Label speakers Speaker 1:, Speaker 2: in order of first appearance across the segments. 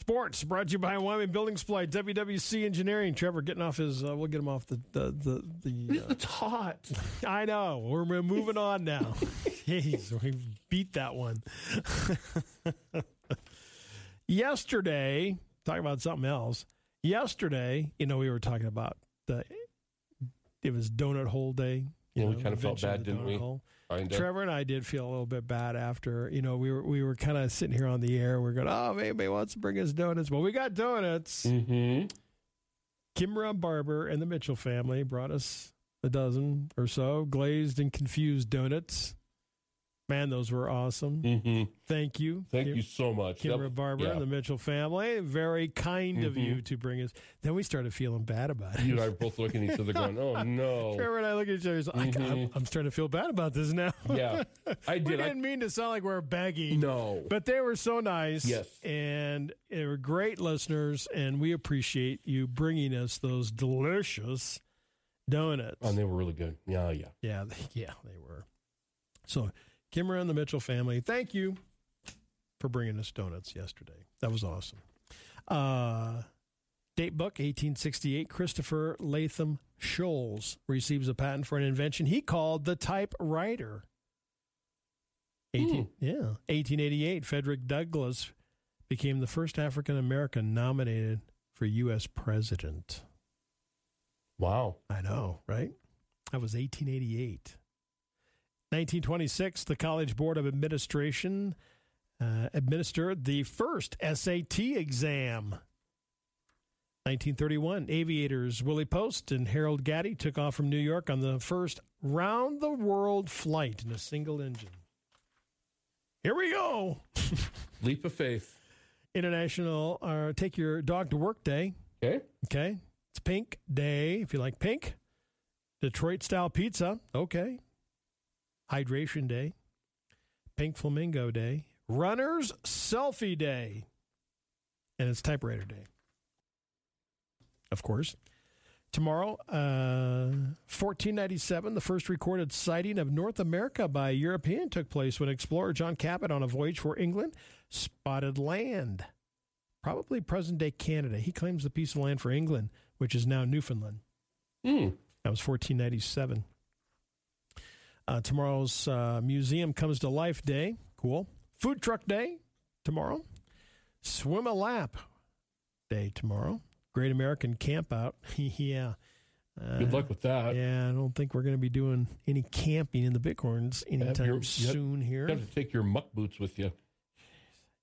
Speaker 1: Sports, brought to you by Wyoming Building Supply, WWC Engineering. Trevor getting off his, uh, we'll get him off the the the. the uh,
Speaker 2: It's hot.
Speaker 1: I know we're, we're moving on now. Jeez, we beat that one. Yesterday, talking about something else. Yesterday, you know, we were talking about the. It was donut hole day. you
Speaker 2: Yeah, we
Speaker 1: know,
Speaker 2: kinda felt
Speaker 1: invention of
Speaker 2: bad,
Speaker 1: the
Speaker 2: didn't
Speaker 1: donut
Speaker 2: we?
Speaker 1: hole.
Speaker 2: Kinda.
Speaker 1: Trevor and I did feel a little bit bad after, you know, we were we were kind of sitting here on the air. We are going, oh, maybe wants to bring us donuts. Well, we got donuts.
Speaker 2: Mm-hmm.
Speaker 1: Kimra Barber and the Mitchell family brought us a dozen or so glazed and confused donuts. Man, those were awesome.
Speaker 2: Mm-hmm.
Speaker 1: Thank you.
Speaker 2: Thank
Speaker 1: Kim-
Speaker 2: you so much. That-
Speaker 1: Kimra Barber
Speaker 2: yeah.
Speaker 1: and the Mitchell family. Very kind of
Speaker 2: Mhm.
Speaker 1: you to bring us. Then we started feeling bad about it.
Speaker 2: You and I were both looking at each other going, oh, no.
Speaker 1: Trevor and I look at each other. he's like, I, am
Speaker 2: Mhm.
Speaker 1: starting to feel bad about this now.
Speaker 2: Yeah, I
Speaker 1: we
Speaker 2: did. I,
Speaker 1: didn't mean to sound like we're begging.
Speaker 2: no.
Speaker 1: But they were so nice.
Speaker 2: Yes.
Speaker 1: And they were great listeners, and we appreciate you bringing us those delicious donuts.
Speaker 2: Oh, and they were really good. Yeah, yeah.
Speaker 1: yeah, they- yeah, they were. So, Kimra and the Mitchell family, thank you for bringing us donuts yesterday. That was awesome. Uh, date book 1868 Christopher Latham Scholes receives a patent for an invention he called the typewriter. 18, Yeah. 1888 Frederick Douglass became the first African American nominated for U.S. president.
Speaker 2: Wow.
Speaker 1: I know, right? That was 1888. 1926, the College Board of Administration uh, administered the first SAT exam. 1931, aviators Willie Post and Harold Gaddy took off from New York on the first round the world flight in a single engine. Here we go.
Speaker 2: Leap of faith.
Speaker 1: International uh, Take Your Dog to Work Day.
Speaker 2: Okay.
Speaker 1: Okay. It's Pink Day if you like pink. Detroit style pizza. Okay. Hydration Day. Pink Flamingo Day. Runner's Selfie Day. And it's Typewriter Day. Of course. Tomorrow, uh, 1497, the first recorded sighting of North America by a European took place when explorer John Cabot on a voyage for England spotted land probably present day Canada. He claims the piece of land for England, which is now Newfoundland.
Speaker 2: Mm.
Speaker 1: That was 1497. Uh, tomorrow's uh, Museum Comes to Life Day. Cool. Food Truck Day tomorrow. Swim a Lap Day tomorrow. Great American Camp Out. yeah. Uh,
Speaker 2: Good luck with that.
Speaker 1: Yeah, I don't think we're going to be doing any camping in the Bighorns anytime
Speaker 2: you're- yep.
Speaker 1: soon here.
Speaker 2: You have to take your muck boots with you.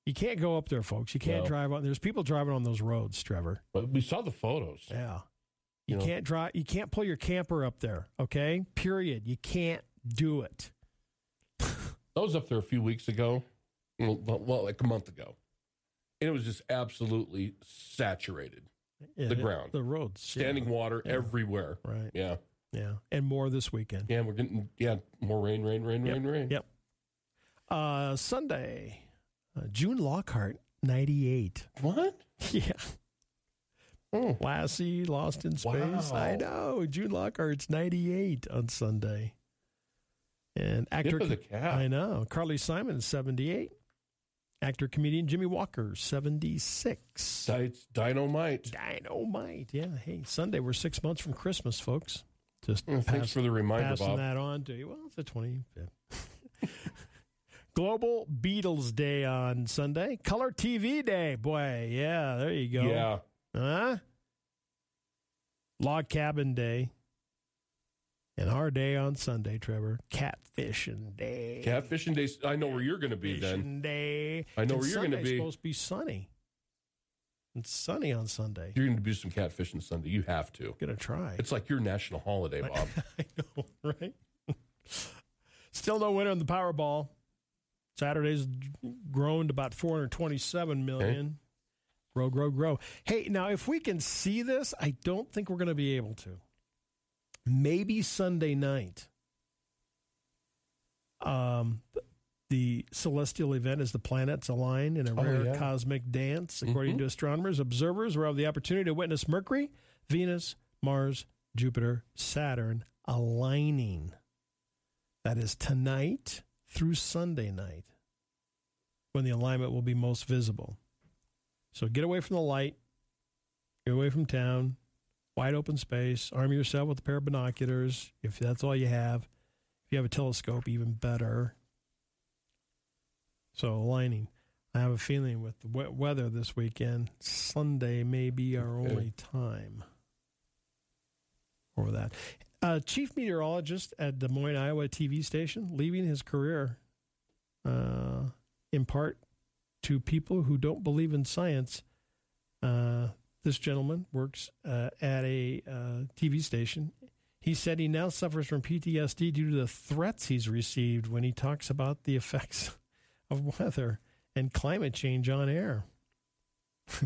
Speaker 1: You can't go up there, folks. You can't
Speaker 2: No.
Speaker 1: drive on. There's people driving on those roads, Trevor.
Speaker 2: But we saw the photos.
Speaker 1: Yeah. You,
Speaker 2: You know?
Speaker 1: can't drive you can't pull your camper up there, okay? Period. You can't do it.
Speaker 2: I was up there a few weeks ago, well, well, like a month ago, and it was just absolutely saturated.
Speaker 1: Yeah,
Speaker 2: The ground.
Speaker 1: The roads. yeah.
Speaker 2: Standing water
Speaker 1: Yeah.
Speaker 2: everywhere.
Speaker 1: Right.
Speaker 2: Yeah.
Speaker 1: Yeah. And more this weekend.
Speaker 2: Yeah, we're getting, yeah, more rain, rain, rain, rain, rain.
Speaker 1: Yep. Uh Sunday. Uh, June Lockhart, ninety eight.
Speaker 2: What?
Speaker 1: Yeah. Hmm.
Speaker 2: Oh.
Speaker 1: Lassie lost in space.
Speaker 2: Wow.
Speaker 1: I know. June Lockhart's 98 on Sunday. And actor
Speaker 2: Tip of the cap.
Speaker 1: I know. Carly Simon is 78. Actor comedian Jimmy Walker 76.
Speaker 2: Sites, dynamite.
Speaker 1: Dynamite. Yeah, hey, Sunday we're 6 months from Christmas, folks. Just
Speaker 2: Oh, Thanks
Speaker 1: pass,
Speaker 2: for the reminder,
Speaker 1: passing
Speaker 2: Bob.
Speaker 1: that on to you. Well, it's the 25th. Global Beatles Day on Sunday. Color TV Day. Boy, yeah, there you go.
Speaker 2: Yeah.
Speaker 1: Huh? Log cabin day. And our day on Sunday, Trevor. Catfishing day.
Speaker 2: Catfishing days. I know where you're going to be then.
Speaker 1: Catfishing day.
Speaker 2: I know
Speaker 1: And
Speaker 2: where you're gonna
Speaker 1: Sunday's
Speaker 2: be.
Speaker 1: supposed to be sunny. It's sunny on Sunday.
Speaker 2: You're going to do some catfishing Sunday. You have to.
Speaker 1: Gonna try.
Speaker 2: It's like your national holiday, Bob.
Speaker 1: I know, right? Still no winner in the Powerball. Saturday's grown to about 427 million. Grow, grow, grow. Hey, now if we can see this, I don't think we're going to be able to. Maybe Sunday night. Um, the celestial event as the planets align in a
Speaker 2: Oh,
Speaker 1: rare
Speaker 2: yeah.
Speaker 1: cosmic dance. According to astronomers, observers will have the opportunity to witness Mercury, Venus, Mars, Jupiter, Saturn aligning. That is tonight through Sunday night when the alignment will be most visible. So get away from the light, get away from town, wide open space, arm yourself with a pair of binoculars if that's all you have. If you have a telescope, even better. So aligning. I have a feeling with the wet weather this weekend, Sunday may be our
Speaker 2: Okay.
Speaker 1: only time for that. Uh, chief meteorologist at Des Moines, Iowa TV station, leaving his career uh, in part to people who don't believe in science. Uh, this gentleman works uh, at a uh, TV station. He said he now suffers from PTSD due to the threats he's received when he talks about the effects of weather and climate change on air.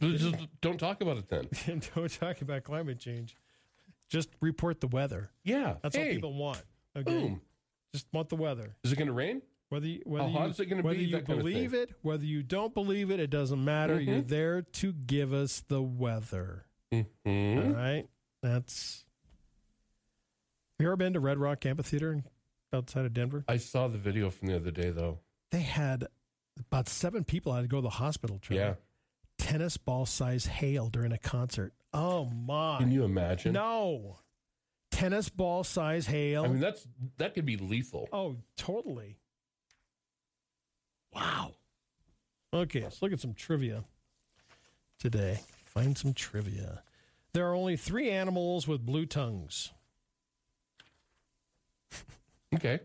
Speaker 2: Just don't talk about it then.
Speaker 1: And don't talk about climate change. Just report the weather.
Speaker 2: Yeah.
Speaker 1: That's
Speaker 2: Hey,
Speaker 1: what people want. Okay?
Speaker 2: Boom.
Speaker 1: Just want the weather.
Speaker 2: Is it going to rain?
Speaker 1: Whether you, whether
Speaker 2: How hot
Speaker 1: you,
Speaker 2: is it gonna
Speaker 1: whether
Speaker 2: be?
Speaker 1: you
Speaker 2: That kind of thing.
Speaker 1: believe it, whether you don't believe it, it doesn't matter.
Speaker 2: Mhm.
Speaker 1: You're there to give us the weather.
Speaker 2: Mm-hmm.
Speaker 1: All right. That's. Have you ever been to Red Rock Amphitheater in- outside of Denver?
Speaker 2: I saw the video from the other day, though.
Speaker 1: They had about seven people had to go to the hospital. Trevor.
Speaker 2: Yeah.
Speaker 1: Tennis ball size hail during a concert. Oh, my.
Speaker 2: Can you imagine?
Speaker 1: No. Tennis ball size hail.
Speaker 2: I mean, that's that could be lethal.
Speaker 1: oh, totally. Wow. Okay, let's look at some trivia today. Find some trivia. There are only three animals with blue tongues.
Speaker 2: Okay.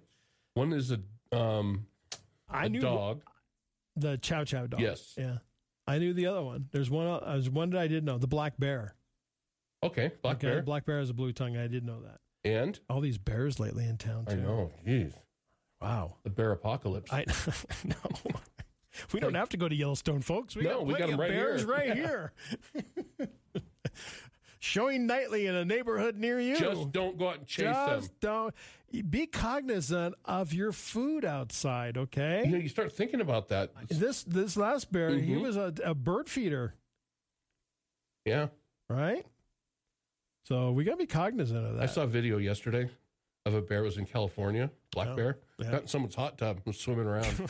Speaker 2: One is a um
Speaker 1: I
Speaker 2: a
Speaker 1: knew
Speaker 2: dog.
Speaker 1: the chow chow dog.
Speaker 2: Yes.
Speaker 1: Yeah. I knew the other one. There's one. uh, There's one that I did know. The black bear.
Speaker 2: Okay, black
Speaker 1: Okay,
Speaker 2: bear.
Speaker 1: The black bear is a blue tongue. I did know that.
Speaker 2: and
Speaker 1: All these bears lately in town. Too.
Speaker 2: I know, jeez,
Speaker 1: Wow.
Speaker 2: the bear apocalypse.
Speaker 1: I know. We don't have to go to Yellowstone, folks. We
Speaker 2: No,
Speaker 1: got
Speaker 2: we got
Speaker 1: plenty
Speaker 2: 'em
Speaker 1: of
Speaker 2: right
Speaker 1: bears
Speaker 2: here.
Speaker 1: right here. Showing nightly in a neighborhood near you.
Speaker 2: Just don't go out and chase them.
Speaker 1: Just don't be cognizant of your food outside, okay?
Speaker 2: You know, you start thinking about that. It's-
Speaker 1: This this last bear, he
Speaker 2: Mhm.
Speaker 1: was a, a bird feeder,
Speaker 2: yeah,
Speaker 1: right? So we gotta be cognizant of that.
Speaker 2: I saw a video yesterday of a bear was in California, black
Speaker 1: Oh,
Speaker 2: bear,
Speaker 1: yeah.
Speaker 2: got in someone's hot tub and was swimming around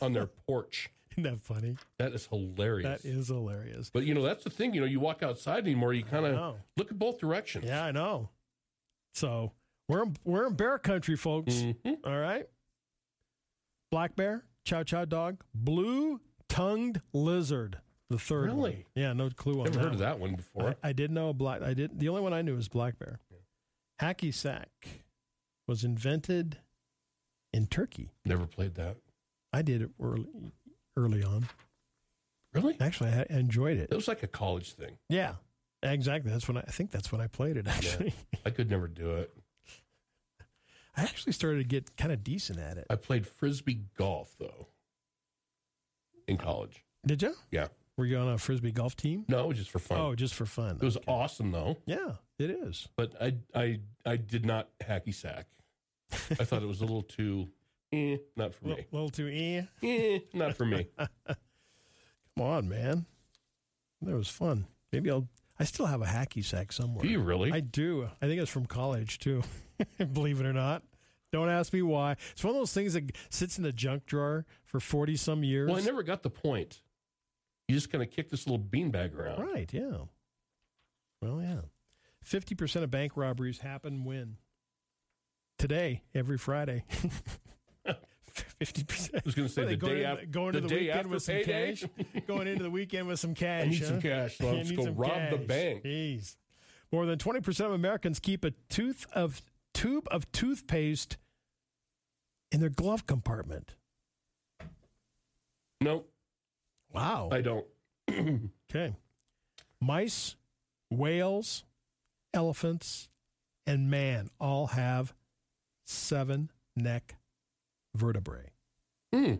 Speaker 2: on their porch.
Speaker 1: Isn't that funny?
Speaker 2: That is hilarious.
Speaker 1: That is hilarious.
Speaker 2: but you know, that's the thing. You know, you walk outside anymore, you kind of
Speaker 1: know.
Speaker 2: look at both directions.
Speaker 1: Yeah, I know. So we're in, we're in bear country, folks.
Speaker 2: Mhm.
Speaker 1: All right. Black bear, chow chow dog, blue tongued lizard. The third one.
Speaker 2: Really?
Speaker 1: Yeah, no clue on
Speaker 2: Never
Speaker 1: that.
Speaker 2: heard of that one before.
Speaker 1: I, I did know a black. I did. The only one I knew was black bear. Hacky sack was invented in Turkey.
Speaker 2: Never played that.
Speaker 1: I did it early, early on.
Speaker 2: Really?
Speaker 1: Actually, I enjoyed it.
Speaker 2: It was like a college thing.
Speaker 1: Yeah, exactly. That's when I, I think that's when I played it. Actually,
Speaker 2: I could never do it.
Speaker 1: I actually started to get kind of decent at it.
Speaker 2: I played frisbee golf though in college.
Speaker 1: Did you?
Speaker 2: Yeah.
Speaker 1: Were you on a frisbee golf team?
Speaker 2: No, it was just for fun.
Speaker 1: Oh, just for fun.
Speaker 2: it was awesome though,
Speaker 1: yeah, it is.
Speaker 2: but I I I did not hacky sack. I thought it was a little too eh, not for
Speaker 1: Little,
Speaker 2: me.
Speaker 1: little too eh.
Speaker 2: Eh, not for me.
Speaker 1: Come on, man. That was fun. Maybe I'll. I still have a hacky sack somewhere.
Speaker 2: Do you really?
Speaker 1: I do. I think it's from college too. Believe it or not. Don't ask me why. It's one of those things that sits in the junk drawer for forty some years.
Speaker 2: well, I never got the point. You just kind of kick this little beanbag around.
Speaker 1: Right, yeah. Well, yeah. 50% of bank robberies happen when? Today, every Friday. 50%. I
Speaker 2: was gonna say the
Speaker 1: going
Speaker 2: day
Speaker 1: in-
Speaker 2: after-
Speaker 1: going to the,
Speaker 2: the day
Speaker 1: weekend
Speaker 2: after
Speaker 1: with some
Speaker 2: payday?
Speaker 1: cash. going into the weekend with some
Speaker 2: I
Speaker 1: cash.
Speaker 2: need some
Speaker 1: huh?
Speaker 2: cash. So
Speaker 1: You
Speaker 2: let's
Speaker 1: need
Speaker 2: go
Speaker 1: some
Speaker 2: rob the
Speaker 1: cash.
Speaker 2: bank.
Speaker 1: Jeez. More than 20% of Americans keep a tooth of tube of toothpaste in their glove compartment.
Speaker 2: No,
Speaker 1: Wow.
Speaker 2: I don't.
Speaker 1: Okay. Mice, whales, elephants, and man all have seven neck vertebrae.
Speaker 2: Hmm.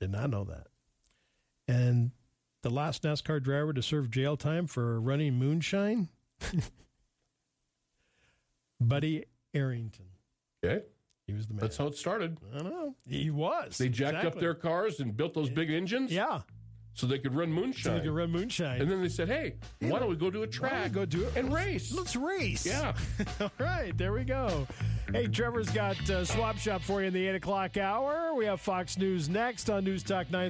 Speaker 1: Did not know that. And the last NASCAR driver to serve jail time for running moonshine, Buddy Arrington.
Speaker 2: Okay,
Speaker 1: He was the man.
Speaker 2: that's how it started.
Speaker 1: I don't know. He was.
Speaker 2: They jacked up
Speaker 1: Exactly.
Speaker 2: their cars and built those big engines
Speaker 1: Yeah.
Speaker 2: so they could run
Speaker 1: So
Speaker 2: moonshine.
Speaker 1: they could run moonshine.
Speaker 2: And then they said, "Hey, why don't we go to a track?
Speaker 1: go do it?
Speaker 2: and race."
Speaker 1: Let's race.
Speaker 2: Yeah,
Speaker 1: All right, there we go. Hey, Trevor's got uh, Swap Shop for you in the 8 o'clock hour. We have Fox News next on News Talk 9.